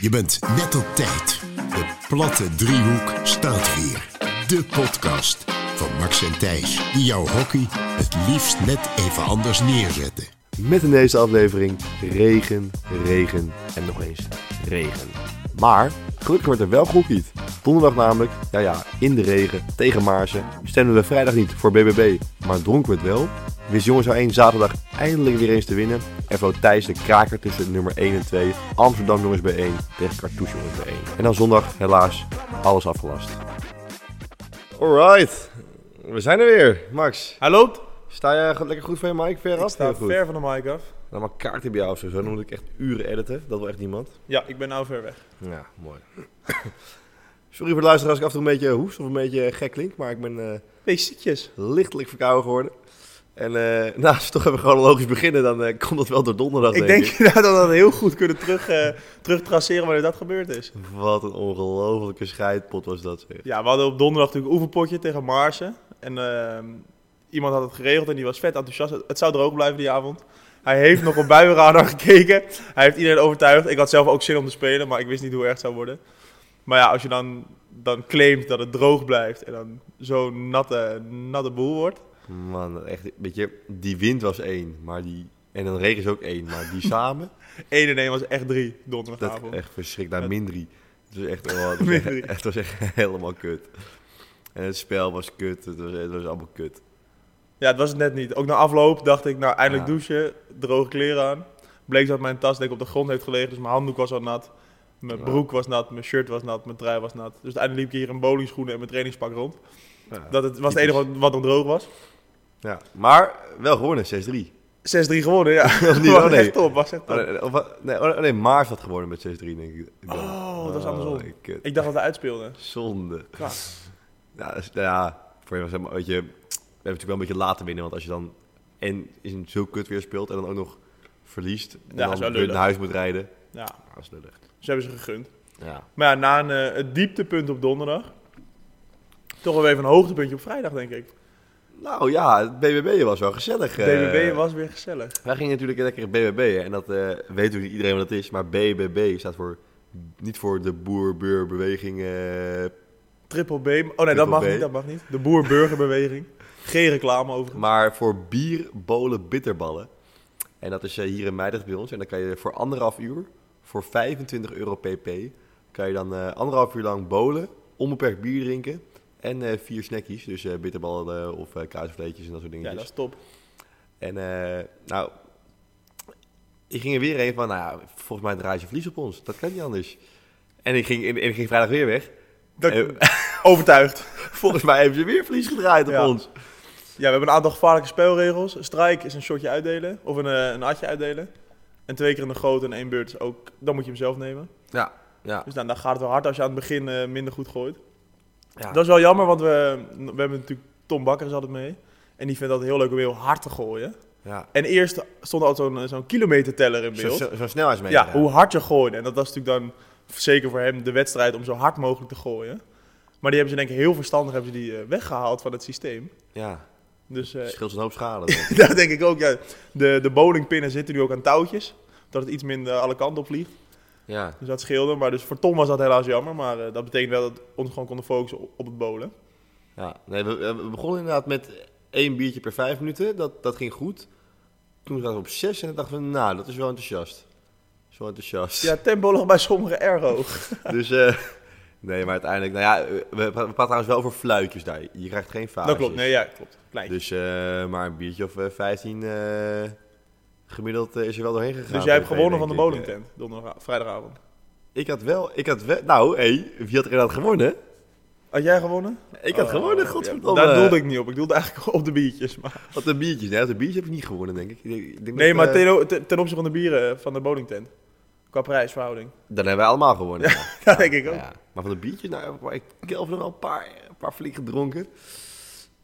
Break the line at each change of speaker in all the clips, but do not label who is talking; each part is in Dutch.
Je bent net op tijd. De platte driehoek staat weer. De podcast van Max en Thijs, die jouw hockey het liefst net even anders neerzetten.
Met in deze aflevering regen, regen en nog eens regen. Maar gelukkig werd er wel gehockeyd. Donderdag namelijk, ja ja, in de regen, tegen Maarsen. Stemden we vrijdag niet voor BBB, maar dronken we het wel. Wist jongens zou 1 zaterdag eindelijk weer eens te winnen. En vloot Thijs de kraker tussen nummer 1 en 2. Amsterdam jongens bij 1 tegen Cartouche jongens bij 1. En dan zondag helaas alles afgelast. Alright, we zijn er weer. Max,
Hij loopt.
sta je lekker goed van je mic? Ver
Ik sta ver van de mic af.
Nou, maar kaarten bij jou of zo, dan moet ik echt uren editen. Dat wil echt niemand.
Ja, ik ben nou ver weg.
Ja, mooi. Sorry voor de luisteraar als ik af en toe een beetje hoest of een beetje gek klink, maar ik ben eh,
Wees ziekjes.
lichtelijk verkouden geworden. En eh, nou, als we toch even chronologisch beginnen, dan eh, komt dat wel door donderdag,
Ik denk inderdaad dat we dat heel goed kunnen terug, eh, terugtraceren wanneer dat gebeurd is.
Wat een ongelofelijke scheidpot was dat, zeg.
Ja, we hadden op donderdag natuurlijk een oefenpotje tegen Maarsen. En ehm, iemand had het geregeld en die was vet enthousiast. Het- Het zou droog blijven die avond. Hij heeft nog op buienradar gekeken. Hij heeft iedereen overtuigd. Ik had zelf ook zin om te spelen, maar ik wist niet hoe erg het zou worden. Maar ja, als je dan, dan claimt dat het droog blijft en dan zo'n natte, natte boel wordt.
Man, echt, weet je, die wind was één, maar die... En dan regen is ook één, maar die samen,
1 en 1 was echt drie
dat
donderdagavond.
echt verschrikkelijk. Naar
Dat-
min drie. Het was echt, oh, het was echt,
Min drie.
het was echt helemaal kut. En het spel was kut, het was, het was allemaal kut.
Ja, het was het net niet. Ook na afloop dacht ik, nou eindelijk
Ja.
douchen, droge kleren aan. Bleek dat mijn tas denk ik op de grond heeft gelegen, dus mijn handdoek was al nat. Mijn
Ja.
broek was nat, mijn shirt was nat, mijn trui was nat. Dus uiteindelijk liep ik hier in bowlingschoenen en mijn trainingspak rond.
Ja.
dat het was het
typisch.
enige wat, wat nog droog was. 6-3
Ja, maar wel gewonnen, 6-3.
gewonnen, ja.
Of niet,
was
oh, nee.
echt top, was echt top.
Oh, nee, of wat- nee, oh, nee, Maars had gewonnen met 6-3, denk ik. Dan.
Oh, dat is andersom.
ik- kut.
Ik dacht dat hij uitspeelde.
Zonde.
Ja.
Ja, dus, nou ja, voor je was helemaal, weet je, we hebben natuurlijk wel een beetje laten winnen, want als je dan en in zo kut weer speelt en dan ook nog verliest, en
Ja, is
dan
wel
weer
lullig.
naar huis moet rijden,
Ja,
ja, dat is lullig.
dus hebben ze gegund.
Ja.
Maar ja, na een, eh, het dieptepunt op donderdag, toch wel even een hoogtepuntje op vrijdag, denk ik.
Nou ja, het BBB was wel gezellig. eh.
DWB was weer gezellig.
Wij gingen natuurlijk lekker BBB en dat eh, weet natuurlijk niet iedereen wat dat is, maar BBB staat voor niet voor de boer-beur-beweging eh,
Triple B. Oh nee, dat mag
B.
niet, dat mag niet. De boer-burgerbeweging. Geen reclame overigens.
Maar voor bier, bolen, bitterballen. En dat is eh, hier in Meidrecht bij ons. En dan kan je voor anderhalf uur, voor 25 euro pp, kan je dan eh, anderhalf uur lang bolen, onbeperkt bier drinken. En eh, vier snackies, dus eh, bitterballen of eh kaasvleetjes en dat soort
Ja,
dingetjes.
dat is top.
En eh, nou, ik ging er weer heen van, nou ja, volgens mij draait je verlies op ons. Dat kan niet anders. En ik ging, en, en ik ging vrijdag weer weg.
Dat-
Eh,
Overtuigd.
volgens mij hebben ze weer verlies gedraaid op
Ja.
ons.
Ja, we hebben een aantal gevaarlijke spelregels. Strike is een shotje uitdelen. Of een, eh, een atje uitdelen. En twee keer in de goot en één beurt is ook... Dan moet je hem zelf nemen.
Ja, ja.
Dus dan, dan gaat het wel hard als je aan het begin eh, minder goed gooit.
ja.
Dat is wel jammer, want we, we hebben natuurlijk... Tom Bakker zat het mee. En die vindt dat heel leuk om heel hard te gooien.
ja.
En eerst stond altijd zo'n eh, zo'n kilometerteller in
Zo,
beeld.
zo, zo'n snelheidsmeter.
Ja, hoe hard je gooide. En dat was natuurlijk dan zeker voor hem de wedstrijd om zo hard mogelijk te gooien. Maar die hebben ze denk ik heel verstandig hebben ze die eh, weggehaald van het systeem.
Ja,
Dus
het
eh
scheelt een hoop schade. dan.
daar denk ik ook, ja, de, de bowlingpinnen zitten nu ook aan touwtjes. Dat het iets minder alle kanten op vliegt.
ja.
Dus dat scheelde. Maar dus voor Tom was dat helaas jammer. Maar eh, dat betekent wel dat we ons gewoon konden focussen op, op het bowlen.
ja. Nee, we, we begonnen inderdaad met één biertje per vijf minuten. Dat, dat ging goed. Toen zaten we op zes en toen dachten we, nou, dat is wel enthousiast. Dat is wel enthousiast.
Ja, tempo lag bij sommigen erg hoog.
Dus, eh, nee, maar uiteindelijk, nou ja, we, we praten trouwens wel over fluitjes daar. Je krijgt geen fases.
Dat klopt. Nee, ja, klopt. Klein. Dus,
Dus, eh, maar een biertje of eh, 15 eh, gemiddeld eh, is er wel doorheen gegaan.
Dus jij hebt
voor
gewonnen van
denk
de
ik.
bowlingtent donderdag, vrijdagavond.
Ik had wel, ik had wel, nou, hé, wie had er inderdaad gewonnen?
Had jij gewonnen?
Ik had
Oh,
gewonnen,
ja,
godverdomme.
Daar doelde ik niet op. Ik doelde eigenlijk op de biertjes. Maar...
Wat de biertjes, nee, wat de biertjes heb ik niet gewonnen, denk ik. Ik denk- ik denk
Nee,
dat,
maar
eh,
ten, o- ten- ten opzichte van de bieren eh, van de bowlingtent. Qua prijsverhouding.
Dan hebben wij allemaal gewonnen. Ja,
Dat denk ik ook.
Ja. Maar van de biertjes, nou, maar ik heb Kelvin nog wel een paar, een paar flink gedronken.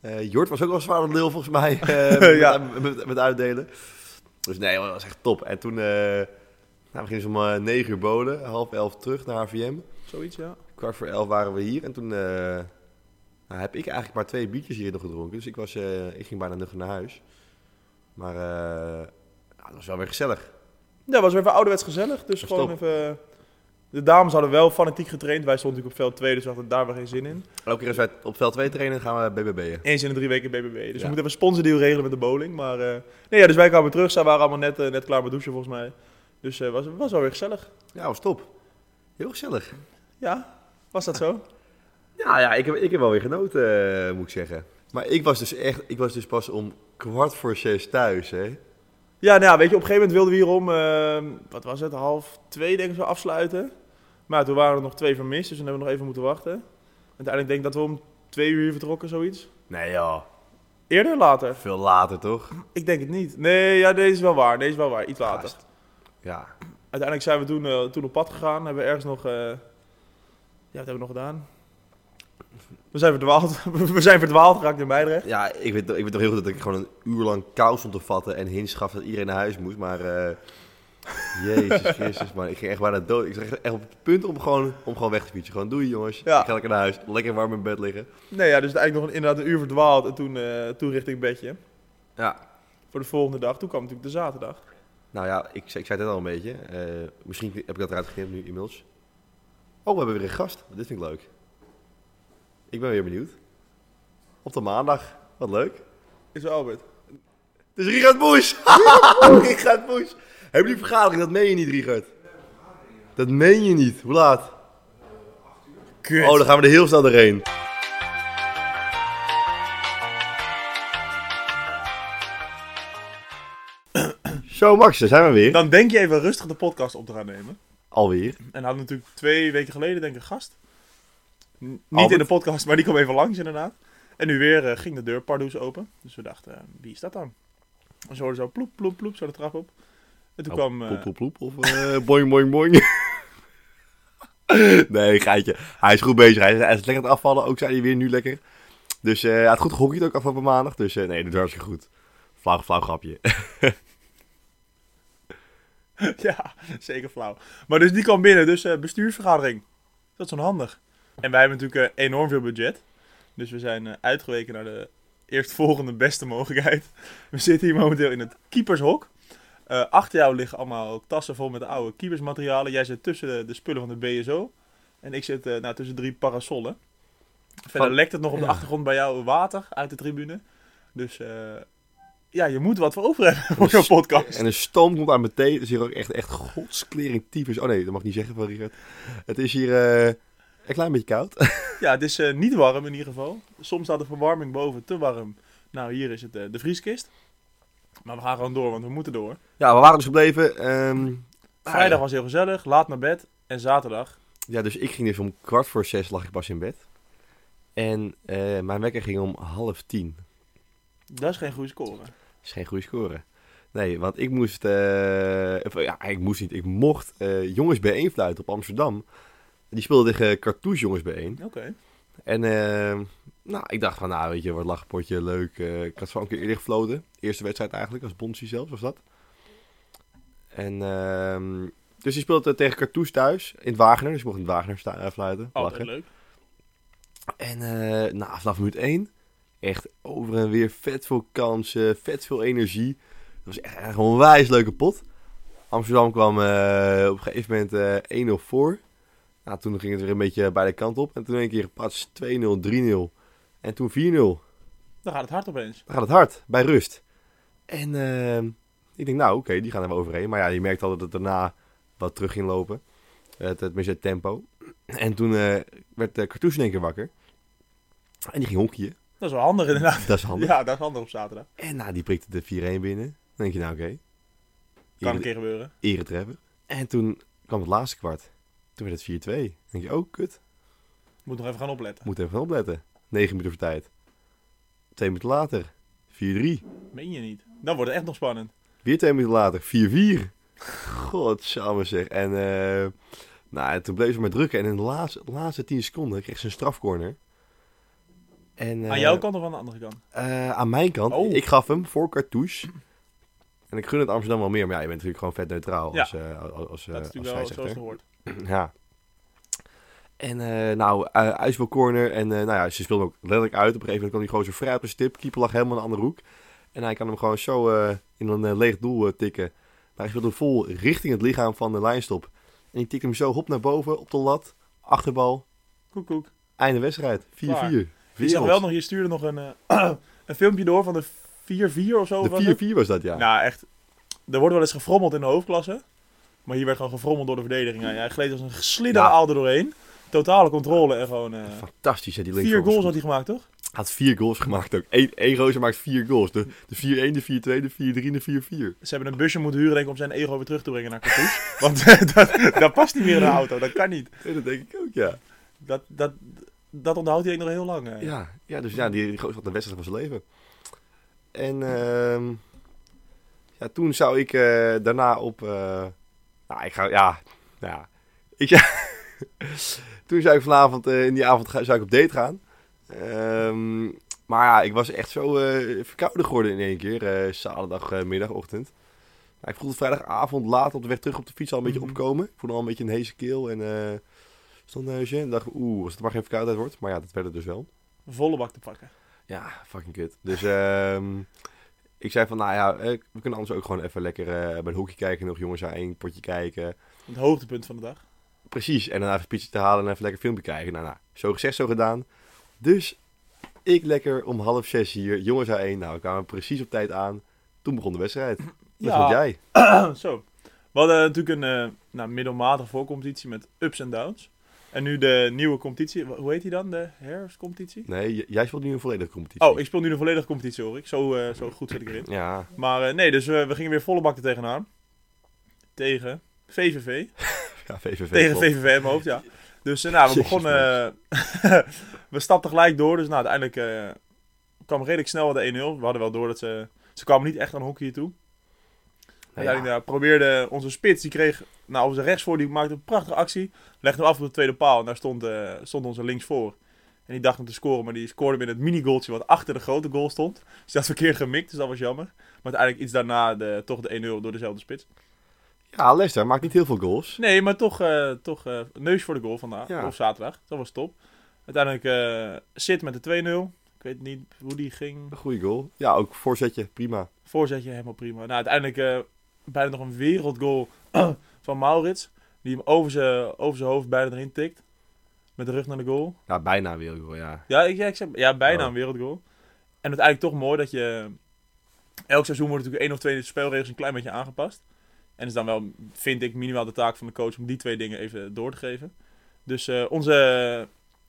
Eh, Jort was ook wel zwaar aan het lul, volgens mij, eh,
Ja.
met, met, met uitdelen. Dus nee, dat was echt top. En toen, eh nou, we gingen dus om eh, 9 uur bolen, half 11 terug naar HVM.
Zoiets, ja.
Kwart voor 11 waren we hier en toen eh, nou, heb ik eigenlijk maar twee biertjes hier nog gedronken. Dus ik, was, eh, ik ging bijna nuchter naar huis. Maar eh, nou, dat was wel weer gezellig.
Ja, was weer even ouderwets gezellig. Dus
Dat is
gewoon
top.
even De dames hadden wel fanatiek getraind. Wij stonden natuurlijk op veld 2, dus we hadden daar maar geen zin in.
Elke keer als wij op veld 2 trainen, gaan we BBB'en.
Eens in de drie weken BBB. Dus we moeten
Ja.
even een sponsordeal regelen met de bowling. Maar eh, nee, ja, dus wij kwamen terug. Zij waren allemaal net, eh, net klaar met douchen volgens mij. Dus het was, was wel weer gezellig.
Ja, was top. Heel gezellig.
Ja, was dat zo?
Ja, Nou ja ik, heb, ik heb wel weer genoten, eh, moet ik zeggen. Maar ik was dus echt, ik was dus pas om kwart voor zes thuis, hè.
Ja, nou ja, weet je, op een gegeven moment wilden we hier om, eh, wat was het, half twee denk ik zo afsluiten. Maar toen waren er nog twee vermist, dus dan hebben we nog even moeten wachten. Uiteindelijk denk ik dat we om twee uur vertrokken, zoiets.
Nee joh,
Eerder, later?
veel later toch?
Ik denk het niet. Nee, ja, deze is wel waar, deze is wel waar, iets later.
Gast. Ja.
Uiteindelijk zijn we toen, eh, toen op pad gegaan, hebben we ergens nog, eh, ja, wat hebben we nog gedaan? We zijn verdwaald, we zijn verdwaald geraakt in Meidrecht.
Ja, ik weet, ik weet nog heel goed dat ik gewoon een uur lang kou stond te vatten en hints gaf dat iedereen naar huis moest, maar... eh, Jezus Christus, man. Ik ging echt bijna dood. Ik zag echt op het punt om gewoon, om gewoon weg te fietsen. Gewoon doei, jongens.
Ja.
Ik ga lekker naar huis. Lekker warm in bed liggen.
Nee, ja, dus eigenlijk nog een- inderdaad een uur verdwaald en toen, eh, toen richting bedje.
Ja.
Voor de volgende dag, toen kwam natuurlijk de zaterdag.
Nou ja, ik, zei- ik zei het net al een beetje. Eh, misschien heb ik dat eruit geknipt nu inmiddels. Oh, we hebben weer een gast. Dit vind ik leuk. Ik ben weer benieuwd. Op de maandag. Wat leuk.
Is Albert.
Dus Richard Boes! Richard Boes! Hebben jullie vergadering? Dat meen je niet, Richard. Dat meen je niet. Hoe laat?
Kut.
Oh, dan gaan we er heel snel doorheen. Zo, Max, daar zijn we weer.
Dan denk je even rustig de podcast op te gaan nemen.
Alweer.
En hadden natuurlijk twee weken geleden denk ik een gast. N- niet
Albert?
in de podcast, maar die kwam even langs inderdaad. En nu weer eh, ging de deur pardoes open. Dus we dachten, eh, wie is dat dan? En ze hoorden zo ploep, ploep, ploep, zo de trap op. En toen
Oh,
kwam... eh,
Ploep, ploep, ploep. Of eh, boing, boing, boing. nee, geitje. Hij is goed bezig. Hij is, hij is lekker aan het afvallen. Ook zijn hij weer nu lekker. Dus eh, hij had goed gehockeyd ook afgelopen maandag. Dus eh, nee, dat was goed. Flauw, flauw grapje.
ja, zeker flauw. Maar dus die kwam binnen, dus eh, bestuursvergadering. Dat is onhandig. En wij hebben natuurlijk eh, enorm veel budget. Dus we zijn eh, uitgeweken naar de eerstvolgende beste mogelijkheid. We zitten hier momenteel in het keepershok. Eh, achter jou liggen allemaal tassen vol met oude keepersmaterialen. Jij zit tussen de, de spullen van de BSO. En ik zit eh, nou, tussen drie parasollen. Verder
Van-
lekt het nog op de
ja.
achtergrond bij jou water uit de tribune. Dus eh, ja, je moet wat voor over hebben voor
Dus-
zo'n podcast.
En een stoom komt aan mijn thee. Het is hier ook echt, echt godsklering tyfus. Oh nee, dat mag ik niet zeggen van Richard. Het is hier eh, een klein beetje koud.
Ja, het is eh, niet warm in ieder geval. Soms staat de verwarming boven te warm. Nou, hier is het eh, de vrieskist. Maar we gaan gewoon door, want we moeten door.
Ja, we waren dus gebleven. ehm,
Vrijdag was heel gezellig, laat naar bed. En zaterdag.
Ja, dus ik ging dus om kwart voor zes lag ik pas in bed. En eh, mijn wekker ging om half tien.
Dat is geen goede score.
Dat is geen goede score. Nee, want ik moest... eh, of, ja, ik moest niet. Ik mocht eh, jongens bijeen fluiten op Amsterdam. Die speelden tegen Cartouche jongens bijeen.
Oké.
En eh, nou, ik dacht van, nou weet je, wat lachpotje, leuk. Eh, ik had zo een keer eerder gefloten. Eerste wedstrijd eigenlijk, als Bonsie zelfs, was dat. En ehm, dus die speelde tegen Cartouche thuis, in het Wagener. Dus ik mocht in het Wagener sta- eh, fluiten,
Altijd
lachen.
leuk.
En eh nou, vanaf minuut 1, echt over en weer vet veel kansen, vet veel energie. Het was echt echt gewoon een wijs leuke pot. Amsterdam kwam eh, op een gegeven moment eh, 1-0 voor. Nou, toen ging het weer een beetje bij de kant op. En toen een keer pas 2-0, 3-0. En toen 4-0.
Dan gaat het hard opeens.
Dan gaat het hard, bij rust. En ehm, ik denk, nou oké, die gaan er wel overheen. Maar ja, je merkt al dat het daarna wat terug ging lopen. Het, tenminste het tempo. En toen eh, werd de Cartouche in één keer wakker. En die ging honkje.
Dat is wel handig inderdaad.
Dat is handig.
Ja, dat is handig op zaterdag.
En nou, die prikte de 4-1 binnen. Dan denk je, nou oké.
Kan een
Ere-
keer gebeuren.
Eretreffer. En toen kwam het laatste kwart. Toen werd het 4-2. Dan denk je, oh kut.
Moet nog even gaan opletten.
Moet even opletten. 9 minuten voor tijd. Twee minuten later. 4-3.
Meen je niet. Dan wordt het echt nog spannend.
Weer twee minuten later, 4-4. Godsamme zeg. En eh, nou, en toen bleef ze maar drukken. En in de laatste, laatste 10 seconden kreeg ze een strafcorner. En, eh,
Aan jouw kant of aan de andere kant?
eh, aan mijn kant.
Oh.
Ik gaf hem voor cartouche. En ik gun het Amsterdam wel meer. Maar ja, je bent natuurlijk gewoon vet neutraal
Ja.
als, eh, als, als, eh,
dat is
als
natuurlijk wel zoals het
scheidsrechter.
hoort.
Ja. En eh, nou, eh, uitspelcorner. En eh, nou ja, ze speelde hem ook letterlijk uit. Op een gegeven moment kwam die gozer vrij op een stip. Keeper lag helemaal in een andere hoek. En hij kan hem gewoon zo eh, in een eh, leeg doel eh, tikken. Maar hij speelde hem vol richting het lichaam van de lijnstop. En die tikte hem zo hop naar boven op de lat. Achterbal.
Koek, koek.
Einde wedstrijd. 4-4.
Klaar. Ik zag
Werelds.
wel nog, je stuurde nog een, eh, een filmpje door van de 4-4 of zo. was het?
De 4-4 was dat, ja.
Nou, echt. Er wordt wel eens gefrommeld in de hoofdklasse. Maar hier werd gewoon gefrommeld door de verdediging. Hij, hij gleed als een geslinder
Nou.
aal er doorheen. Totale controle en gewoon... eh,
Fantastisch, hè, die links.
vier goals had hij gemaakt, toch?
Hij had vier goals gemaakt ook. Eén, één gozer maakt vier goals. De, de 4-1, de 4-2, de 4-3, de 4-4
Ze hebben een busje moeten huren denk ik, om zijn ego weer terug te brengen naar Katoes. Want eh, dat, dat past niet meer in de auto. Dat kan niet.
Ja, dat denk ik ook, ja.
Dat, dat, dat onthoudt hij denk ik nog heel lang. eh.
Ja, ja dus ja, die, die gozer had de wedstrijd van zijn leven. En ehm, ja, toen zou ik eh, daarna op... eh, nou, ik ga... Ja, nou ja. Ik, toen zou ik vanavond, eh, in die avond, ga- zou ik op date gaan. Ehm, maar ja, ik was echt zo eh, verkouden geworden in één keer. eh zaterdagmiddag, ochtend. Nou, ik voelde vrijdagavond laat op de weg terug op de fiets al een beetje
Mhm.
opkomen. Ik voelde al een beetje een heese keel en eh stondneusje. En dacht, oeh, als het maar geen verkoudheid wordt. Maar ja, dat werd het dus wel.
Volle bak te pakken.
Ja, fucking kut. Dus ehm, ik zei van, nou ja, eh, we kunnen anders ook gewoon even lekker eh, bij de hoekje kijken. Nog jongens aan één potje kijken.
Het hoogtepunt van de dag.
Precies. En dan even pizza te halen en even lekker filmpje kijken. Nou, nou, zo gezegd, zo gedaan. Dus ik lekker om half zes hier. Jongens A1. Nou, we kwamen precies op tijd aan. Toen begon de wedstrijd. Wat
Ja.
vond jij?
Zo. We hadden natuurlijk een eh, nou, middelmatige voorcompetitie met ups en downs. En nu de nieuwe competitie. Wa- Hoe heet die dan? De herfstcompetitie?
Nee, j- jij speelt nu een volledige competitie.
Oh, ik speel nu de volledige competitie hoor ik. Zo, eh, zo goed zit ik erin.
Ja.
Maar eh, nee, dus eh, we gingen weer volle bak er tegenaan. Tegen VVV.
Ja, VVV.
Tegen
klopt.
VVV in mijn hoofd, ja. Dus eh, nou, we
Jezus,
begonnen... eh, we stapten gelijk door. Dus nou, uiteindelijk eh, kwam redelijk snel de 1-0. We hadden wel door dat ze... Ze kwamen niet echt aan hockey toe.
Nou
Uiteindelijk nou, probeerde onze spits, die kreeg... Nou, onze rechtsvoor, die maakte een prachtige actie. Legde hem af op de tweede paal. En daar stond, eh, stond onze linksvoor. En die dacht hem te scoren, maar die scoorde binnen het mini-goaltje wat achter de grote goal stond. Dus die had verkeerd gemikt, dus dat was jammer. Maar uiteindelijk iets daarna de, toch de 1-0 door dezelfde spits.
Ja, Leicester maakt niet heel veel goals.
Nee, maar toch, eh, toch eh, neus voor de goal vandaag.
Ja.
Of zaterdag. Dat was top. Uiteindelijk eh zit met de 2-0. Ik weet niet hoe die ging.
Een goede goal. Ja, ook voorzetje. Prima.
Voorzetje helemaal prima. Nou, uiteindelijk eh, bijna nog een wereldgoal van Maurits. Die hem over zijn over zijn hoofd bijna erin tikt. Met de rug naar de goal.
Ja, bijna weer goal, ja.
Ja, ik, ja, ik zeg, ja bijna
Oh.
een wereldgoal. En uiteindelijk toch mooi dat je... Elk seizoen wordt natuurlijk één of twee spelregels een klein beetje aangepast. En is dan wel, vind ik, minimaal de taak van de coach om die twee dingen even door te geven. Dus eh, onze,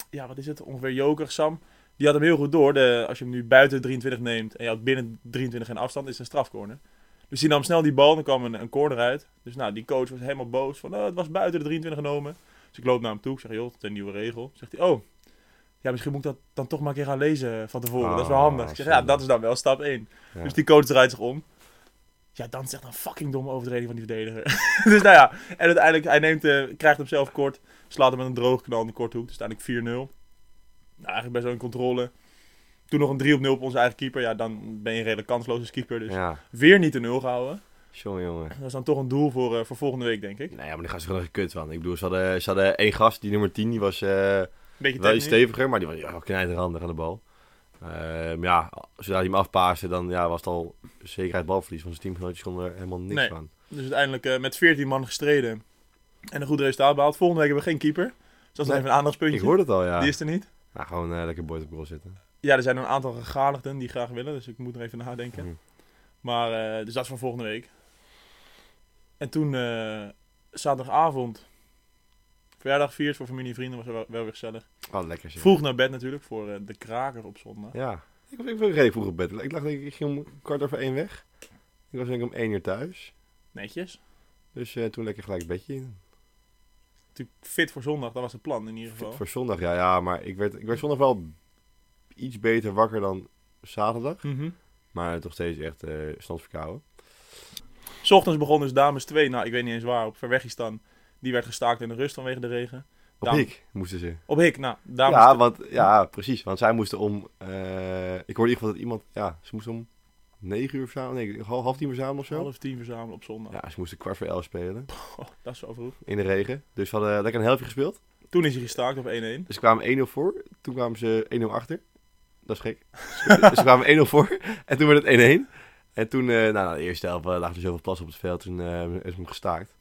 ja, wat is het, ongeveer joker Sam, die had hem heel goed door. De, als je hem nu buiten 23 neemt en je had binnen 23 geen afstand, is het een strafcorner. Dus die nam snel die bal en er kwam een, een corner uit. Dus nou, die coach was helemaal boos van, oh, het was buiten de 23 genomen. Dus ik loop naar hem toe, ik zeg, joh, het is een nieuwe regel. Zegt hij, oh, ja, misschien moet ik dat dan toch maar een keer gaan lezen van tevoren. dat is wel
Ah,
handig. Ik zeg, ja,
zonde.
dat is dan wel stap 1.
Ja.
Dus die coach draait zich om. Ja, dan is echt een fucking domme overtreding van die verdediger. dus nou ja, en uiteindelijk, hij neemt, eh, krijgt hem zelf kort. Slaat hem met een droog knal in de korte hoek. Dus uiteindelijk 4-0. Nou, eigenlijk best wel in controle. Toen nog een 3 op 0 op onze eigen keeper. Ja, dan ben je redelijk kansloos als keeper. Dus
Ja.
weer niet de 0 gehouden.
Jongen, jongen.
Dat is dan toch een doel voor, eh, voor volgende week, denk ik.
Nou ja, maar daar gaan ze gewoon een kut van. Ik bedoel, ze hadden, ze hadden één gast, die nummer 10, die was... eh,
Beetje
Wel iets
technisch.
steviger, maar die was ja, knijterhandig aan de bal. Ehm, ja, zodra hij hem afpaasde, dan ja, was het al zekerheid balverlies. Want zijn teamgenootjes konden er helemaal niks
Nee.
van.
Dus uiteindelijk eh, met 14 man gestreden. En een goed resultaat behaald. Volgende week hebben we geen keeper. Dus dat is
Nee,
even een aandachtspuntje.
Ik hoor het al, ja.
Die is er niet.
Nou, gewoon eh, lekker boys op goal zitten.
Ja, er zijn een aantal gegadigden die graag willen. Dus ik moet er even nadenken.
Mhm.
Maar, eh, dus dat is voor volgende week. En toen, eh, zaterdagavond, verjaardag viert voor familie en vrienden, was wel, wel weer gezellig.
Oh, lekker zeg.
Vroeg naar bed natuurlijk, voor eh, de kraker op zondag.
Ja. Ik was ik was redelijk vroeg op bed. Ik dacht, ik, ik ging om kwart over één weg. Ik was denk ik om één uur thuis.
Netjes.
Dus eh, toen lekker gelijk het bedje in.
Natuurlijk fit voor zondag, dat was het plan in ieder geval.
Voor zondag, ja, ja. Maar ik werd, ik werd zondag wel iets beter wakker dan zaterdag.
Mhm.
Maar toch steeds echt eh standsverkouden.
S ochtends begon dus dames 2, nou ik weet niet eens waar, op Verwegistan. Die werd gestaakt in de rust vanwege de regen.
Op
Dam-
ik moesten ze.
Op Hik, nou, dames
ja, want, ja, precies. Want zij moesten om... eh, ik hoorde in ieder geval dat iemand... Ja, ze moesten om negen uur verzamelen. Nee, hal- half tien verzamelen of zo.
half tien verzamelen op zondag.
Ja, ze moesten kwart voor elf spelen.
Oh, dat is zo vroeg.
In de regen. Dus ze hadden lekker een helftje gespeeld.
Toen is hij gestaakt op 1-1.
Dus ze kwamen 1-0 voor. Toen kwamen ze 1-0 achter. Dat is gek. dus ze kwamen 1-0 voor. En toen werd het 1-1. nou, En toen, eh nou, na de eerste helft eh, lagen er zoveel plas op het veld. Toen eh, is hem gestaakt.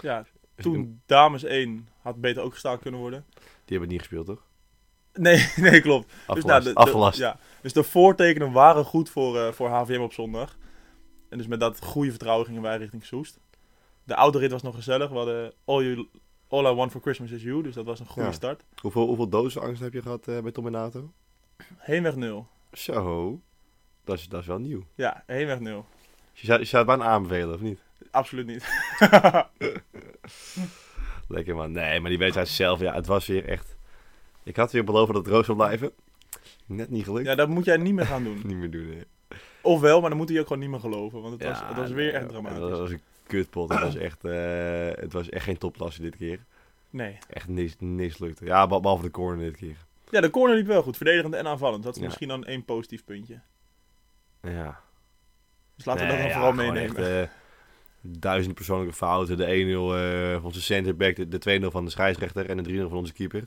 Ja,
Dus ik-
Toen dames 1 had beter ook gestaakt kunnen worden.
Die hebben het niet gespeeld, toch?
Nee, nee, klopt.
Afgelast.
Dus nou, de, de-
afgelast.
ja. dus de voortekenen waren goed voor, eh, voor HVM op zondag. En dus met dat goede vertrouwen gingen wij richting Soest. De oude rit was nog gezellig. We hadden All, you, all I Want For Christmas Is You. Dus dat was een goede
Ja.
start.
Hoeveel, hoeveel dozen angst heb je gehad eh bij Tom en Nato?
Heenweg 0.
Zo, dat is, dat is wel nieuw.
Ja, heenweg 0.
Dus je zou, je zou het bijna aanbevelen, of niet?
Absoluut niet.
Lekker man. Nee, maar die wedstrijd zelf, ja, het was weer echt... Ik had weer beloofd dat het roos zou blijven. Net niet gelukt.
Ja, dat moet jij niet meer gaan doen.
Niet meer doen, hè.
Ofwel, maar dan moet hij ook gewoon niet meer geloven. Want het,
Ja,
was, het was
nee,
weer echt
dat-
dramatisch.
Dat was een kutpot. Het was echt, eh, het was echt geen topklasse dit keer.
Nee.
Echt niks, niks lukte. Ja, beh- behalve de corner dit keer.
Ja, de corner liep wel goed. Verdedigend en aanvallend. Dat is
Ja.
misschien dan één positief puntje.
Ja.
Dus laten we
Nee,
dat dan
ja,
vooral
gewoon
meenemen.
Echt, eh, duizend persoonlijke fouten. De 1-0 eh, van onze centerback, de, de 2-0 van de scheidsrechter en de 3-0 van onze keeper.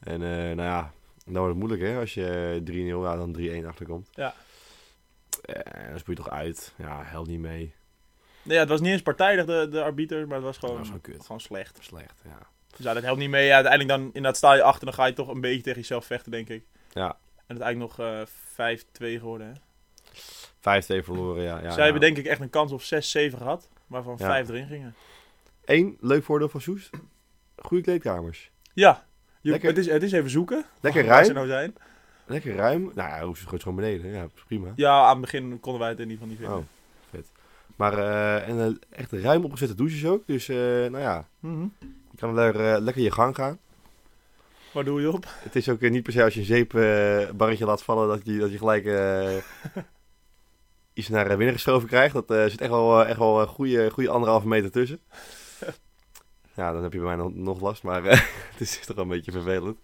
En eh, nou ja, dan wordt het moeilijk hè, als je eh, 3-0, ja, dan 3-1 achterkomt.
Ja.
Eh, dan spoel je toch uit. Ja, helpt niet mee.
Nee, ja, het was niet eens partijdig, de, de arbiter, maar het was gewoon,
Dat was gewoon kut.
gewoon slecht.
Slecht, ja.
Dus ja, dat helpt niet mee. Ja, uiteindelijk dan, inderdaad sta je achter, dan ga je toch een beetje tegen jezelf vechten, denk ik.
Ja.
En het eigenlijk nog eh, 5-2 geworden. Hè?
5-2 verloren, ja. ja
Zij
ja.
hebben denk ik echt een kans op 6-7 gehad, waarvan
Ja.
5 erin gingen.
Eén leuk voordeel van Soes. Goede kleedkamers.
Ja, je,
Lekker.
het, is, het is even zoeken.
Lekker
Waar ze
ruim.
nou zijn.
Lekker ruim. Nou ja, hoeft ze gewoon gewoon beneden. Ja, prima.
Ja, aan het begin konden wij het in ieder geval niet vinden.
Oh, vet. Maar eh, en eh, echt ruim opgezette douches ook. Dus eh, nou ja,
Mhm.
je kan wel eh, lekker je gang gaan.
Waar doe je op?
Het is ook eh, niet per se als je een zeepbarretje laat vallen dat je, dat je gelijk eh, iets naar eh, binnen geschoven krijgt. Dat eh, zit echt wel, eh, echt wel een goede, goede anderhalve meter tussen. Ja, dan heb je bij mij nog, nog last, maar eh, het is toch wel een beetje vervelend.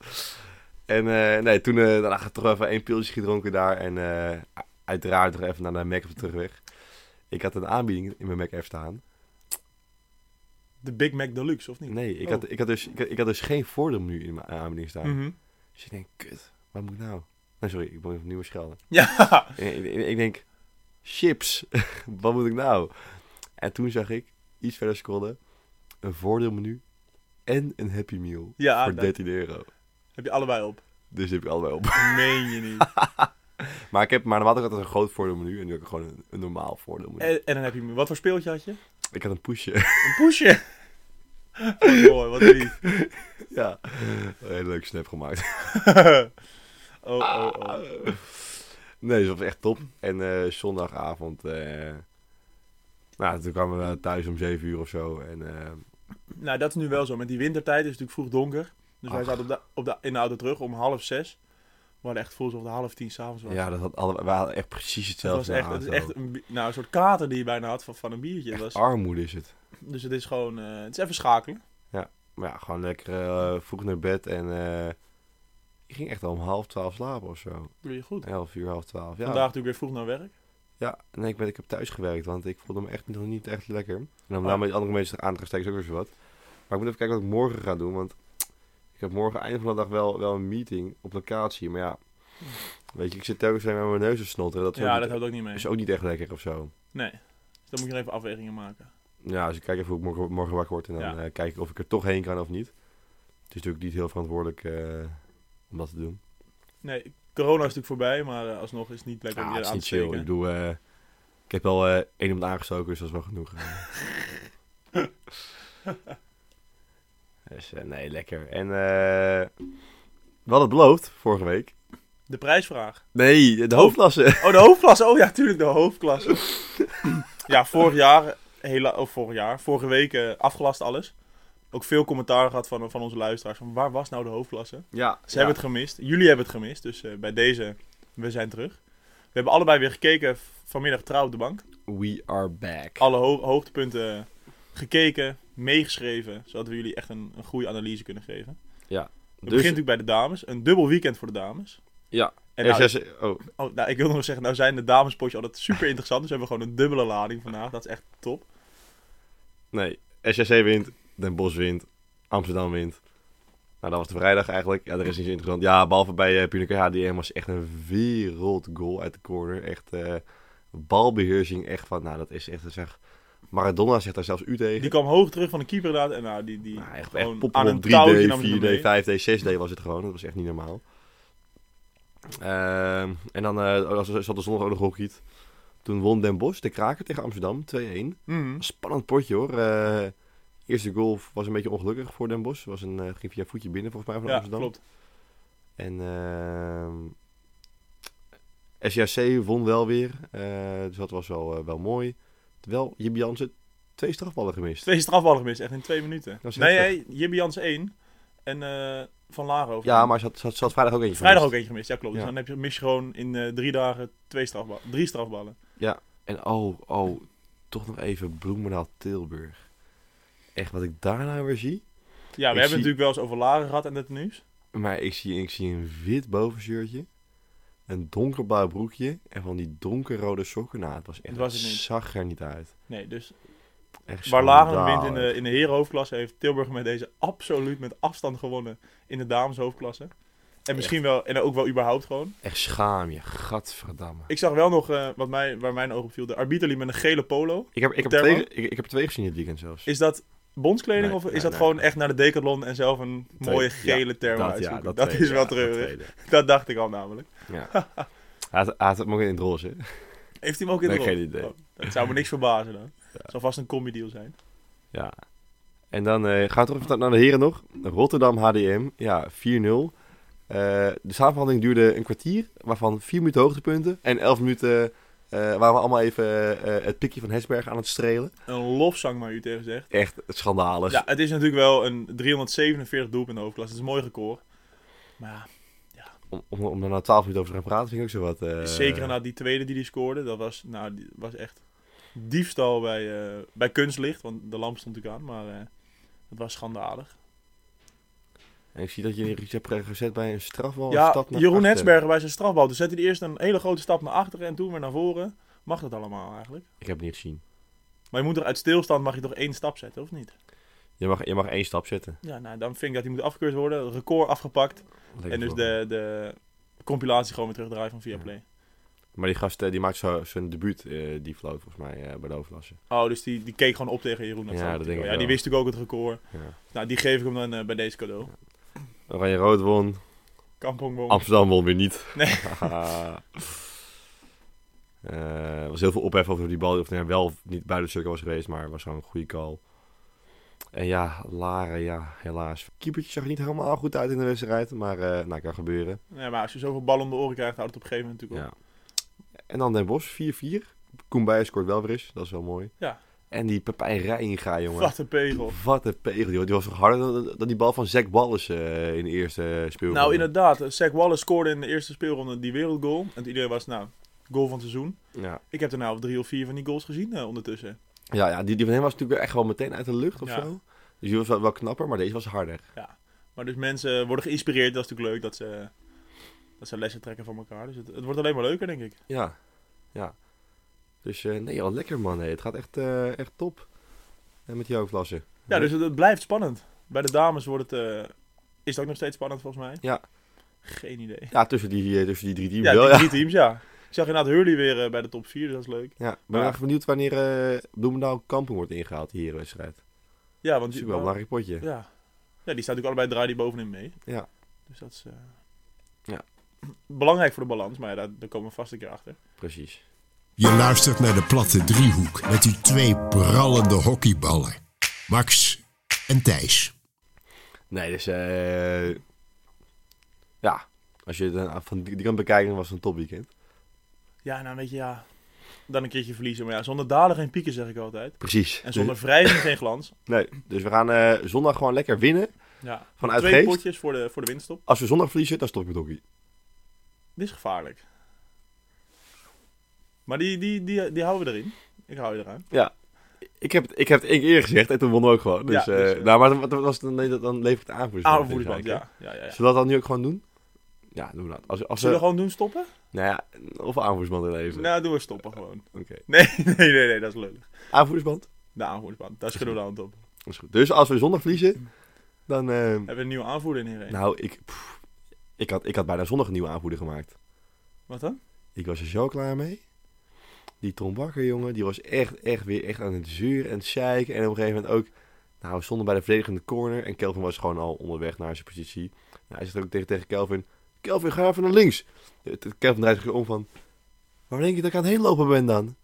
En eh, nee, toen eh daarna toch even één pilsje gedronken daar. En eh, uiteraard nog even naar de Mac op de terugweg. Ik had een aanbieding in mijn Mac even staan.
De Big Mac Deluxe, of niet?
Nee, ik,
Oh.
had, ik, had, dus, ik, had, ik had dus geen voordeel nu in mijn aanbieding staan.
Mhm.
Dus ik denk, kut, wat moet ik nou? Nou, sorry, ik ben opnieuw weer schelden.
Ja,
En ik, ik- ik denk, chips, wat moet ik nou? En toen zag ik, iets verder scrollen, een voordeelmenu en een Happy Meal
ja
voor
daar
13 euro.
heb je allebei op.
Dus die heb ik allebei op.
Meen je niet.
Maar ik heb maar normaal had ik altijd een groot voordeelmenu en nu heb ik gewoon een, een normaal voordeelmenu.
En, en dan heb je hem. Wat voor speeltje had je?
Ik had een poesje.
Een poesje. Wat mooi, wat lief.
ja, een hele leuke snap gemaakt.
Oh, oh,
Ah.
oh.
Nee, dus dat was echt top. En eh, zondagavond, eh, nou, toen kwamen we thuis om 7 uur of zo. En eh,
Nou, dat is nu wel zo. Met die wintertijd is het natuurlijk vroeg donker. Dus wij
Ach.
zaten op de, op de, in de auto terug om half zes. We hadden echt voel alsof het half tien s'avonds was.
ja, dat had alle, wij hadden echt precies
het
hetzelfde.
was echt,
aan,
het is
zo.
echt een, bi- nou, een soort kater die je bijna had van, van een biertje. Het
Echt
was,
armoede is het.
dus het is gewoon, eh, het is even schakelen.
Maar ja, gewoon lekker eh, vroeg naar bed en eh, ik ging echt al om half twaalf slapen of zo.
Doe je goed.
Elf uur, half twaalf. Ja,
Vandaag natuurlijk weer vroeg naar werk.
ja. Nee, ik, ben, ik heb thuis gewerkt, want ik voelde me echt nog niet echt lekker. En
Oh.
om daar met andere mensen aan te gaan steken is ook weer zo wat. Maar ik moet even kijken wat ik morgen ga doen, want ik heb morgen eind van de dag wel, wel een meeting op locatie. Maar ja, weet je, ik zit telkens alleen maar met mijn neus te snotteren. Dat is, ook
ja, dat
niet,
houdt ook niet mee.
is ook niet echt lekker of zo.
Nee. Dus dan moet je nog even afwegingen maken.
Ja, dus ik kijk even hoe ik morgen, morgen wakker word. En dan
Ja.
eh, kijk ik of ik er toch heen kan of niet. Het is natuurlijk niet heel verantwoordelijk eh, om dat te doen.
Nee, corona is natuurlijk voorbij, maar eh, alsnog is het niet lekker om
Ja,
je
Ah, het is
aan
niet
te
chill. Ik
steken.
bedoel, eh, ik heb wel eh één iemand aangestoken, dus dat is wel genoeg. dus eh, nee, lekker. En eh we hadden het beloofd vorige week.
De prijsvraag.
Nee, de hoofdklasse.
Oh, de hoofdklasse. Oh ja, tuurlijk, de hoofdklasse. ja, vorig jaar, hela, of vorig jaar, vorige week eh, afgelast alles. Ook veel commentaar gehad van, van onze luisteraars. Van waar was nou de hoofdklasse?
ja,
Ze hebben het gemist. Jullie hebben het gemist. Dus eh, bij deze, we zijn terug. We hebben allebei weer gekeken v- vanmiddag trouw op de bank.
We are back.
Alle ho- hoogtepunten gekeken, meegeschreven. Zodat we jullie echt een, een goede analyse kunnen geven. Het
dus,
begint natuurlijk bij de dames. Een dubbel weekend voor de dames.
Ja.
En
er
nou,
is zes- oh,
Oh, nou, ik wil nog zeggen, nou zijn de damespotjes altijd super interessant. Dus we hebben gewoon een dubbele lading vandaag. Dat is echt top.
Nee, SJC wint, Den Bosch wint, Amsterdam wint. Nou, dat was de vrijdag eigenlijk. Ja, er is niets interessant. Ja, behalve bij eh Punic HDM was echt een wereldgoal uit de corner. Echt eh, balbeheersing. Echt van, nou, dat is echt, dat is echt Maradona zegt daar zelfs u tegen.
Die kwam hoog terug van de keeper inderdaad. En nou, die, die
Nou, echt
gewoon
echt
aan
poppen
een
op 3D,
touwtje nam hij hem
4D,
mee.
5D, 6D was het gewoon. Dat was echt niet normaal. Ehm, en dan eh, oh, dat zat de zondag ook nog hockeyt. Toen won Den Bosch de kraker tegen Amsterdam 2-1.
Mhm.
Spannend potje hoor. Eh, eerste goal was een beetje ongelukkig voor Den Bosch. Was een, eh, ging via voetje binnen volgens mij van
Ja,
Amsterdam.
klopt.
En ehm SJC won wel weer. Eh, dus dat was wel, eh, wel mooi. Terwijl Jim Jansen twee strafballen gemist.
Twee strafballen gemist, echt in twee minuten.
Dat is
Nee,
heftig.
nee Jibbe Jans 1 en eh, Van Lago.
Ja, maar ze had, ze had- ze had vrijdag ook eentje
Vrijdag
gemist.
ook eentje gemist, ja klopt. Dus
Ja.
dan heb je, mis je gewoon in eh, drie dagen twee strafballen, drie strafballen.
En oh, oh, toch nog even Bloemendaal Tilburg. Echt wat ik daar nou weer zie.
Ja, we hebben het
zie-
natuurlijk wel eens over Laren gehad en het nieuws.
Maar ik zie, ik zie een wit bovenshirtje. Een donkerblauw broekje. En van die donkerrode sokken. Nou, het was echt.
Dat was het niet.
zag er niet uit.
Nee, dus
Echt
waar Laren
schandalig.
wint in de, in de herenhoofdklasse, heeft Tilburg met deze absoluut met afstand gewonnen in de dameshoofdklasse. En misschien wel, en ook wel überhaupt gewoon.
Echt schaam je, gadverdamme.
Ik zag wel nog, eh, wat mij, waar mijn oog op viel, de arbiter liep met een gele polo.
Ik heb, ik, heb
Termo?
twee, ik, ik heb er twee gezien dit weekend zelfs.
Is dat bondskleding
Nee,
of is
nee,
dat
nee,
gewoon
nee.
echt naar de decathlon en zelf een
Twee-
mooie
ja,
gele term
Dat,
uitzoeken?
ja,
dat
tweede,
is wel
ja, dat
treurig.
tweede.
Dat dacht ik al namelijk.
Ja. Hij had- hij had hem ook in het roze. hè?
Heeft hij hem ook in
Nee,
de rol?
geen idee.
Oh, dat zou me niks verbazen dan. Het zal vast een combi deal zijn.
Ja. En dan eh, gaan we terug naar de heren nog. Rotterdam HDM, ja, 4-0. Eh, de samenvatting duurde een kwartier, waarvan 4 minuten hoogtepunten. En 11 minuten eh, waren we allemaal even eh, het pikje van Hesberg aan het strelen.
Een lofzang maar u tegen zegt.
Echt schandalig.
Ja, het is natuurlijk wel een 347 doelpunt in de hoofdklasse. Dat is een mooi record. Maar ja,
Om, om, om daar na 12 minuten over te gaan praten, vind ik ook zo wat. eh,
zeker na die tweede die hij scoorde. Dat was, nou, die was echt diefstal bij, eh, bij kunstlicht. Want de lamp stond natuurlijk aan. Maar eh het was schandalig.
En ik zie dat je iets hebt gezet bij een strafbal. een
Ja,
stap naar
Jeroen
achteren.
Hetsberger bij zijn strafbal. Dus zette hij eerst een hele grote stap naar achteren en toen weer naar voren. Mag dat allemaal eigenlijk?
Ik heb het niet gezien.
Maar je moet er uit stilstand mag je toch één stap zetten, of niet?
Je mag, je mag één stap zetten.
Ja, nou, dan vind ik dat hij moet afgekeurd worden. Het Record afgepakt.
Lekker
en dus
voor.
de, de compilatie gewoon weer terugdraaien van Viaplay.
Maar die gast eh, die maakt zo, zijn debuut, eh, die floot volgens mij eh, bij de overlassen.
Oh, dus die, die keek gewoon op tegen Jeroen.
Ja,
staat
dat
natuurlijk
denk
wel.
ik
Ja, die
wel.
wist natuurlijk ook het record.
Ja.
Nou, die geef ik hem dan eh, bij deze cadeau.
Oranje Rood won.
Kampong won.
Amsterdam won weer niet.
Nee.
Haha. Eh, er was heel veel ophef over die bal. Of er wel of niet buiten de cirkel was geweest. Maar het was gewoon een goede call. En ja, Laren, ja, helaas. Keepertje zag er niet helemaal goed uit in de wedstrijd. Maar eh nou, kan gebeuren.
Ja, maar als je zoveel ballen om de oren krijgt, houdt het op een gegeven moment natuurlijk
Ja. En dan Den Bosch, 4-4. Koen Bijer scoort wel weer eens. Dat is wel mooi.
Ja.
En die Pepijn Rijinga, jongen.
op. Wat een pegel.
Wat een pegel, joh. Die was nog harder dan, dan die bal van Zack Ballis eh, in de eerste speelronde.
Nou, inderdaad. Zach Wallace scoorde in de eerste speelronde die wereldgoal. En iedereen was, nou, goal van het seizoen.
Ja.
Ik heb er nou drie of vier van die goals gezien eh, ondertussen.
Ja, ja die, die van hem was natuurlijk echt wel meteen uit de lucht of
Ja.
zo. Dus die was wel, wel knapper, maar deze was harder.
Maar dus mensen worden geïnspireerd. Dat is natuurlijk leuk dat ze, dat ze lessen trekken van elkaar. Dus het, het wordt alleen maar leuker, denk ik.
Ja, ja. Dus eh, nee, al lekker man. Hey. Het gaat echt, eh, echt top. En met die hoofdklasse.
Ja, dus het, het blijft spannend. Bij de dames wordt het, eh, is het ook nog steeds spannend volgens mij.
Ja.
Geen idee.
Ja, tussen die, eh, tussen die drie teams
Ja,
wel.
die
Ja,
drie teams, ja. Ik zag inderdaad Hurley weer eh, bij de top 4, dus dat is leuk.
ja. ben
Ja.
erg benieuwd wanneer eh Bloemendaal kampioen wordt ingehaald hier in wedstrijd.
Ja, want
Dat is
die,
wel een belangrijk potje.
ja. ja, die staan natuurlijk allebei draai die bovenin mee.
Ja.
Dus dat is eh,
Ja.
belangrijk voor de balans, maar ja, daar, daar komen we vast een keer achter.
Precies.
Je luistert naar de platte driehoek met die twee prallende hockeyballen. Max en Thijs.
Nee, dus eh, ja, als je het eh, van die die kant bekijkt, dan was het een topweekend.
Ja, nou weet je, ja. Dan een keertje verliezen. Maar ja, zonder dalen geen pieken, zeg ik altijd.
Precies.
En zonder wrijving geen glans.
Nee, dus we gaan eh, zondag gewoon lekker winnen.
Ja.
Vanuit
Twee
Geest?
potjes voor de, voor de winststop.
Als we zondag verliezen, dan stop ik met hockey.
Dit is gevaarlijk. Maar die, die, die, die houden we erin. Ik hou je eraan.
Ik heb, het- ik heb het één keer eerder gezegd en toen won we ook gewoon. Dus,
Ja,
eh,
dus, eh,
nou, maar dan, dan, was het- nee, dan, dan lever ik het aan voor
Ah, voetbal. Ja, ja, ja. ja.
Zullen we dat dan nu ook gewoon doen? Ja, doen we dat. Als, als we,
Zullen we gewoon doen stoppen?
nou ja, of aanvoersband in leven.
Nou, doen we stoppen gewoon.
Oké.
Nee, nee, nee, nee, dat is leuk.
Aanvoersband?
De aanvoerdersband, daar schudden we de hand op.
Dat is goed. Dus als we zondag verliezen, dan... eh,
Hebben we een nieuwe aanvoerder in hierheen?
nou, ik, pff, ik, had, ik had bijna zondag een nieuwe aanvoerder gemaakt.
Wat dan?
Ik was er zo klaar mee. Die Tom Bakker, jongen, die was echt, echt weer echt aan het zuur en het zeiken. En op een gegeven moment ook, nou, we stonden bij de verdedigende corner. En Kelvin was gewoon al onderweg naar zijn positie. Nou, hij zegt ook tegen, tegen Kelvin, Kelvin, ga even naar links. De- de- Kelvin draait zich om van, waar denk je dat ik aan het heen lopen ben dan?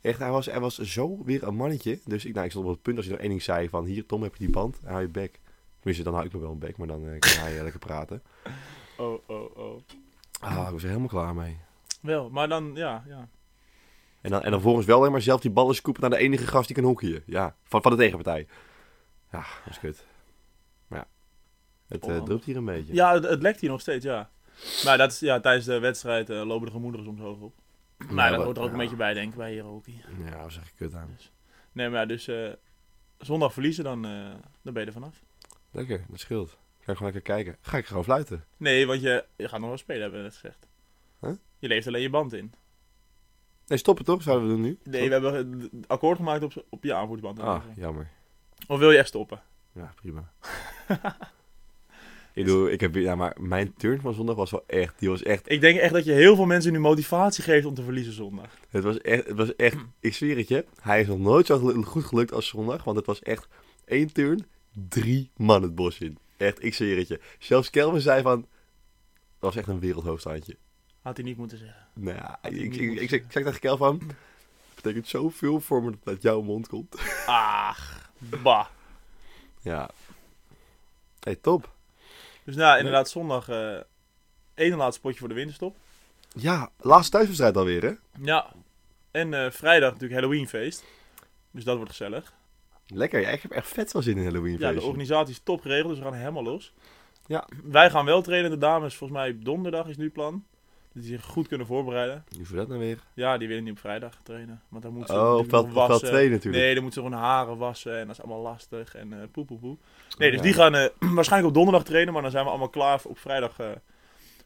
Echt, hij was, hij was zo weer een mannetje. Dus ik, nou, ik stond op het punt als hij nog één ding zei van, hier Tom, heb je die band? Hou je bek. Tenminste, dan hou ik me wel een bek, maar dan eh, kan hij eh, lekker praten.
Oh, oh, oh.
Ah, ik was er helemaal klaar mee.
Wel, maar dan, ja, ja.
En dan, en dan volgens wel alleen maar zelf die ballen scoepen naar de enige gast die kan hockeyen. Ja, van, van de tegenpartij. Ja, dat is kut. Maar ja, het eh,
Onhandig.
drupt hier een beetje.
Ja, het, het lekt hier nog steeds, ja. Maar dat is, ja, tijdens de wedstrijd eh, lopen de gemoederen soms hoog op. Maar
Ja,
dat
dat-
hoort er ook
Nou, ja.
een beetje bij, denk ik, bij hier hockey.
Ja, dat zeg ik kut aan.
Nee, maar ja, dus eh, zondag verliezen, dan, eh, dan ben je er vanaf.
Lekker, dat scheelt. Ga ik gewoon lekker kijken. Ga ik gewoon fluiten.
Nee, want je, je gaat nog wel spelen, hebben we net gezegd.
Huh?
Je leeft alleen je band in.
Nee, stoppen toch? Zouden we doen nu?
Nee, we hebben een akkoord gemaakt op, op je aanvoersband.
Ah, jammer.
Of wil je echt stoppen?
Ja, prima. ik doe, ik heb, ja, maar mijn turn van zondag was wel echt, die was echt
Ik denk echt dat je heel veel mensen nu motivatie geeft om te verliezen zondag.
Het was echt, het was echt ik zweer het je, hij is nog nooit zo gelu- goed gelukt als zondag. Want het was echt één turn, drie man het bos in. Echt, ik zweer het je. Zelfs Kelvin zei van, dat was echt een wereldhoofdstandje.
Had hij niet moeten zeggen.
Nou ja,
Had
ik,
hij
ik,
niet
ik,
moeten
ik, zei- ik zei tegen Kelvin van, het betekent zoveel voor me dat het uit jouw mond komt.
Ach, bah.
Ja. hey, top.
Dus nou, inderdaad, zondag eh één laatste potje voor de winterstop.
Ja, laatste thuiswedstrijd alweer, hè?
Ja. En eh, vrijdag natuurlijk Halloweenfeest. Dus dat wordt gezellig.
Lekker, ja, ik heb echt vet veel zin in Halloween.
Ja, de organisatie is top geregeld, dus we gaan helemaal los.
Ja.
Wij gaan wel trainen, de dames. Volgens mij donderdag is nu het plan. Dat die zich goed kunnen voorbereiden.
Hoe voor dat nou weer?
Ja, die willen niet op vrijdag trainen. Want dan moeten ze
Oh,
die
op
moeten
veld,
nog
op veld
wassen.
2 natuurlijk.
Nee, dan moeten ze gewoon haren wassen en dat is allemaal lastig en eh poe, poe, poe. Nee, dus
Ja.
die gaan eh, waarschijnlijk op donderdag trainen, maar dan zijn we allemaal klaar voor- op vrijdag eh,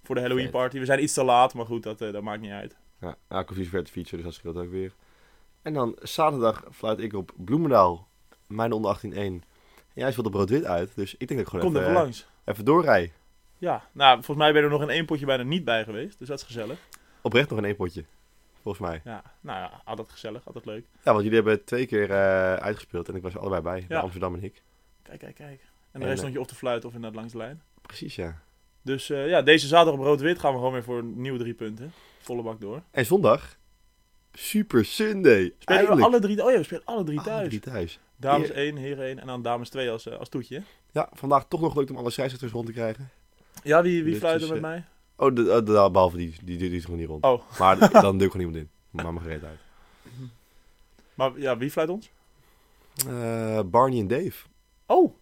voor de Halloween
Vet.
party. We zijn iets te laat, maar goed, dat, eh, dat maakt niet uit.
Ja, nou, ik hoef niet zo ver te fietsen, dus dat scheelt ook weer. En dan zaterdag fluit ik op Bloemendaal, mijn onder 18-1. En jij speelt op rood-wit uit, dus ik denk dat ik gewoon
Kom
even, eh,
even langs.
even doorrij.
Ja, nou, volgens mij ben je er nog in één potje bijna niet bij geweest, dus dat is gezellig.
Oprecht nog in één potje, volgens mij.
Ja, nou ja, altijd gezellig, altijd leuk.
Ja, want jullie hebben twee keer eh, uitgespeeld en ik was er allebei bij, bij
Ja.
Amsterdam en ik.
Kijk, kijk, kijk.
En,
En de rest
eh,
stond je of te fluiten of inderdaad langs de lijn.
Precies, ja.
Dus eh, ja, deze zaterdag op rood-wit gaan we gewoon weer voor nieuwe drie punten. Volle bak door.
En zondag, Super Sunday,
Spelen we
eindelijk.
alle drie, oh ja, we spelen alle drie
Alle
thuis.
drie thuis.
Dames
Eer-
1, heren 1 en dan dames 2 als, eh, als toetje.
Ja, vandaag toch nog leuk om alle scheidsrechters rond te krijgen.
Ja, wie, wie
Dit
fluit er
is,
met
eh,
mij?
Oh, de, de- de- behalve die, die, die, die is gewoon niet rond.
Oh.
Maar dan doe ik gewoon niemand in. Maar mijn gereed uit.
Maar ja, wie fluit ons?
Eh, Barney en Dave.
Oh,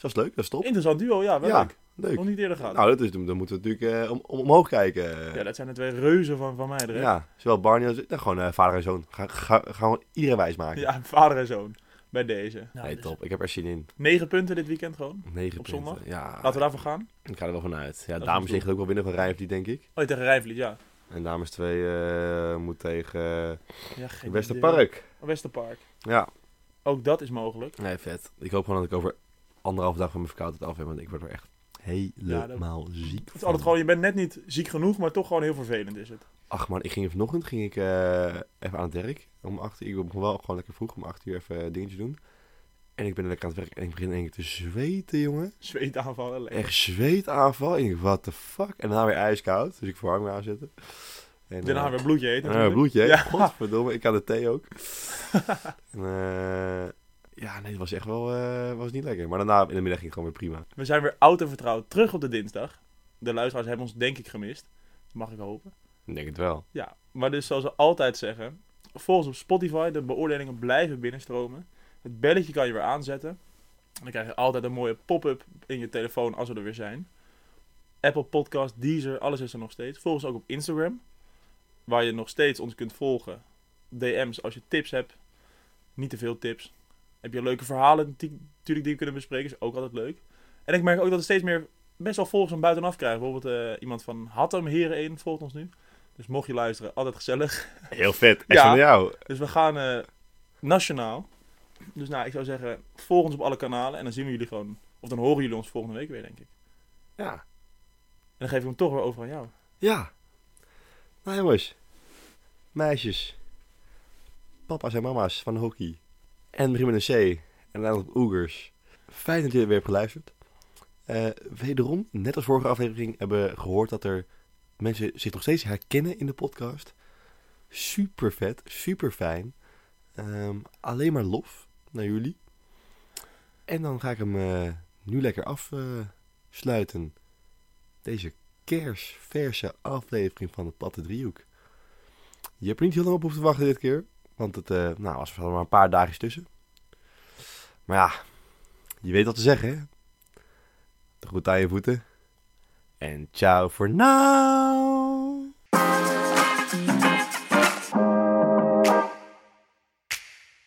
Dat is leuk, dat is top.
interessant duo. Ja, wel
Ja,
leuk.
Leuk.
Nog niet eerder gehad.
Nou, dat is, dan moeten we natuurlijk eh, om, om- omhoog kijken.
ja, dat zijn de twee reuzen van, van mij.
ja,
hè?
zowel Barney als... nou, gewoon eh, vader en zoon. Ga, ga, gaan we gewoon iedereen wijs maken.
Ja, vader en zoon. Bij deze. Ja,
nee,
dus
top. Ik heb er zin in.
Negen punten dit weekend gewoon.
Negen
Op
punten.
zondag?
Ja,
Laten we daarvoor gaan.
ik ga er wel van uit. Ja,
is
dames
goed.
tegen ook wel winnen van Rijnvliet, denk ik.
Oh, tegen Rijnvliet, ja.
En dames 2 eh, moet tegen eh,
ja geen idee.
Westerpark.
Westerpark.
Ja.
Ook dat is mogelijk.
Nee, vet. Ik hoop gewoon dat ik over anderhalf dag van mijn verkoudheid af heb, want ik word er echt helemaal ziek
Het is altijd gewoon, je bent net niet ziek genoeg, maar toch gewoon heel vervelend is het.
Ach man, ik ging vanochtend ging ik, eh, even aan het werk. Om acht uur, ik begon wel gewoon lekker vroeg om acht uur even eh, dingetje doen. En ik ben lekker aan het werk en ik begin in één keer te zweten, jongen.
Zweetaanvallen, lekker.
Echt zweetaanval. En ik denk, what the fuck? En daarna weer ijskoud, dus ik verwarming aanzetten. En,
Daarna
eh,
weer bloedje eten.
daarna weer
natuurlijk.
bloedje, hè?
Ja.
Godverdomme, ik had de thee ook. en, eh, ja, nee, het was echt wel eh, was niet lekker. Maar daarna in de middag ging het gewoon weer prima.
We zijn weer oud en vertrouwd terug op de dinsdag. De luisteraars hebben ons denk ik gemist. Mag ik hopen.
Ik denk het wel.
Ja, maar dus zoals we altijd zeggen, volgens op Spotify, de beoordelingen blijven binnenstromen. Het belletje kan je weer aanzetten. En dan krijg je altijd een mooie pop-up in je telefoon als we er weer zijn. Apple Podcast, Deezer, alles is er nog steeds. Volg ons ook op Instagram, waar je nog steeds ons kunt volgen. DM's als je tips hebt. Niet te veel tips. Heb je leuke verhalen die, natuurlijk die we kunnen bespreken, is ook altijd leuk. En ik merk ook dat we steeds meer best wel volgers van buitenaf krijgen. Bijvoorbeeld eh, iemand van Hattem Heren 1 volgt ons nu. Dus mocht je luisteren, altijd gezellig.
Heel vet. Echt
Ja.
van jou.
Dus we gaan eh, nationaal. Dus nou, ik zou zeggen, volg ons op alle kanalen. En dan zien we jullie gewoon, of dan horen jullie ons volgende week weer, denk ik.
Ja.
En dan geef ik hem toch weer over aan jou.
Ja. Nou jongens, meisjes, papa's en mama's van hockey. En begin met een C. En dan op Oegers. Fijn dat jullie weer hebben geluisterd. Eh, wederom, net als vorige aflevering, hebben we gehoord dat er mensen zich nog steeds herkennen in de podcast. Super vet, super fijn. Ehm, alleen maar lof naar jullie. En dan ga ik hem eh, nu lekker afsluiten. Deze kersverse aflevering van de Platte Driehoek. Je hebt er niet heel lang op hoeven te wachten dit keer. Want het eh, nou, was er maar een paar dagjes tussen. Maar ja, je weet wat te zeggen, hè? De goed aan je voeten. En ciao voor now.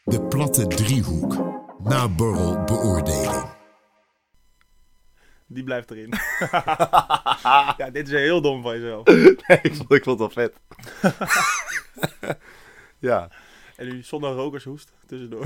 De platte driehoek. Na borrel beoordeling.
Die blijft erin.
Ah.
ja, dit is heel dom van jezelf.
Nee, ik vond, ik vond het wel vet. ja.
En nu zonder rokershoest tussendoor.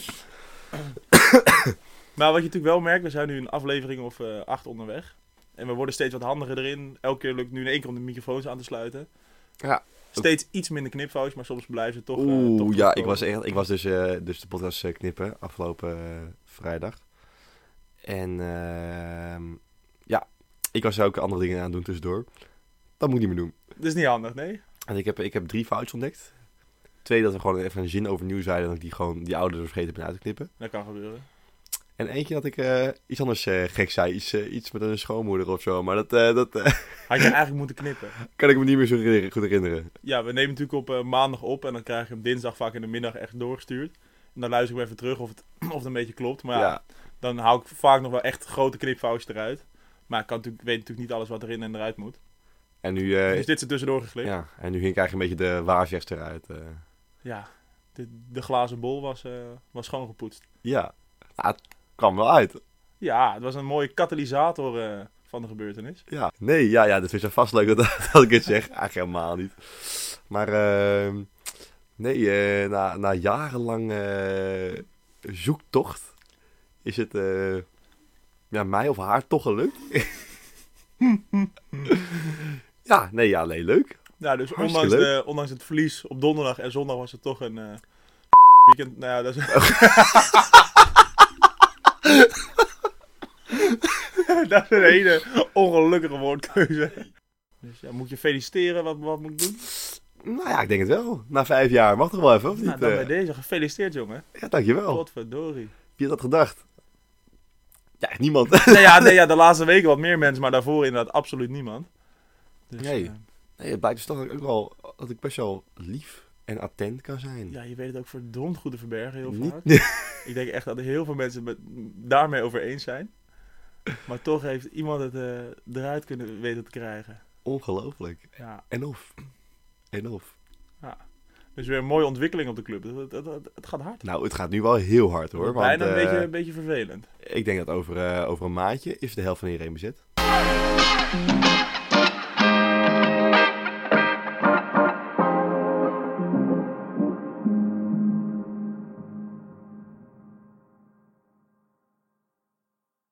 maar wat je natuurlijk wel merkt, we zijn nu een aflevering of eh, acht onderweg. En we worden steeds wat handiger erin. Elke keer lukt nu in één keer om de microfoons aan te sluiten.
Ja.
Steeds iets minder knipfoutjes, maar soms blijven ze toch... eh, toch
Oeh, ja, ik
terugkomen.
was, echt, ik was dus, eh, dus de podcast eh, knippen afgelopen eh, vrijdag. En ehm, ja, ik was er ook andere dingen aan het doen tussendoor. Dat moet ik niet meer doen.
Dat is niet handig, nee.
En ik heb, ik heb drie foutjes ontdekt. Twee, dat we gewoon even een zin overnieuw zeiden en dat ik die, gewoon, die oude er vergeten ben uit te knippen.
Dat kan gebeuren.
En eentje dat ik eh, iets anders eh, gek zei. Iets, eh, iets met een schoonmoeder of zo. Maar dat, eh, dat eh,
Had je eigenlijk moeten knippen.
kan ik me niet meer zo herinneren- goed herinneren.
Ja, we nemen natuurlijk op eh, maandag op en dan krijg ik hem dinsdag vaak in de middag echt doorgestuurd. En dan luister ik hem even terug of het, of het een beetje klopt. Maar ja,
ja.
dan hou ik vaak nog wel echt grote knipfoutjes eruit. Maar ik kan natuurlijk, weet natuurlijk niet alles wat erin en eruit moet.
En nu, eh,
Dus dit is er tussendoor geslikt. Ja,
ja, en nu ging ik eigenlijk een beetje de waarzegster eruit. eh.
de, de glazen bol was, eh was schoongepoetst.
Ja, Nou, het kwam wel uit.
Ja, het was een mooie katalysator eh, van de gebeurtenis.
Ja. Nee, ja, ja, dat vind je vast leuk dat, dat ik het zeg. Eigenlijk helemaal niet. Maar ehm, nee, eh, na, na jarenlang eh, zoektocht is het eh, ja, mij of haar toch gelukt. ja, nee, ja, nee, leuk.
Ja, dus
Hartstikke
ondanks, de, ondanks het verlies op donderdag en zondag was het toch een eh, weekend. Nou ja, dat is...
Oh.
dat is een hele ongelukkige woordkeuze. Dus ja, moet je feliciteren, wat, wat moet ik doen?
Nou ja, ik denk het wel. Na vijf jaar mag toch wel even, of niet?
Nou, dan
Eh, Oh.
bij deze, gefeliciteerd jongen.
Ja, dankjewel.
Godverdorie.
Wie had dat gedacht? Ja, echt niemand.
Nee ja, nee, ja, de laatste weken wat meer mensen, maar daarvoor inderdaad absoluut niemand. Dus,
Nee.
eh,
Nee, het blijkt dus toch ook wel dat ik best wel lief en attent kan zijn.
ja, je weet het ook verdomd goed te verbergen heel
Niet-
vaak. Ik denk echt dat heel veel mensen het met- daarmee over eens zijn. Maar toch heeft iemand het eh, eruit kunnen weten te krijgen.
Ongelooflijk.
Ja.
En of. En of.
Dus weer een mooie ontwikkeling op de club. Het, het, het- het gaat hard.
Nou, het gaat nu wel heel hard hoor. Want,
Bijna een,
eh,
beetje, een beetje vervelend.
Ik denk dat over, eh, over een maandje is de helft van iedereen bezet.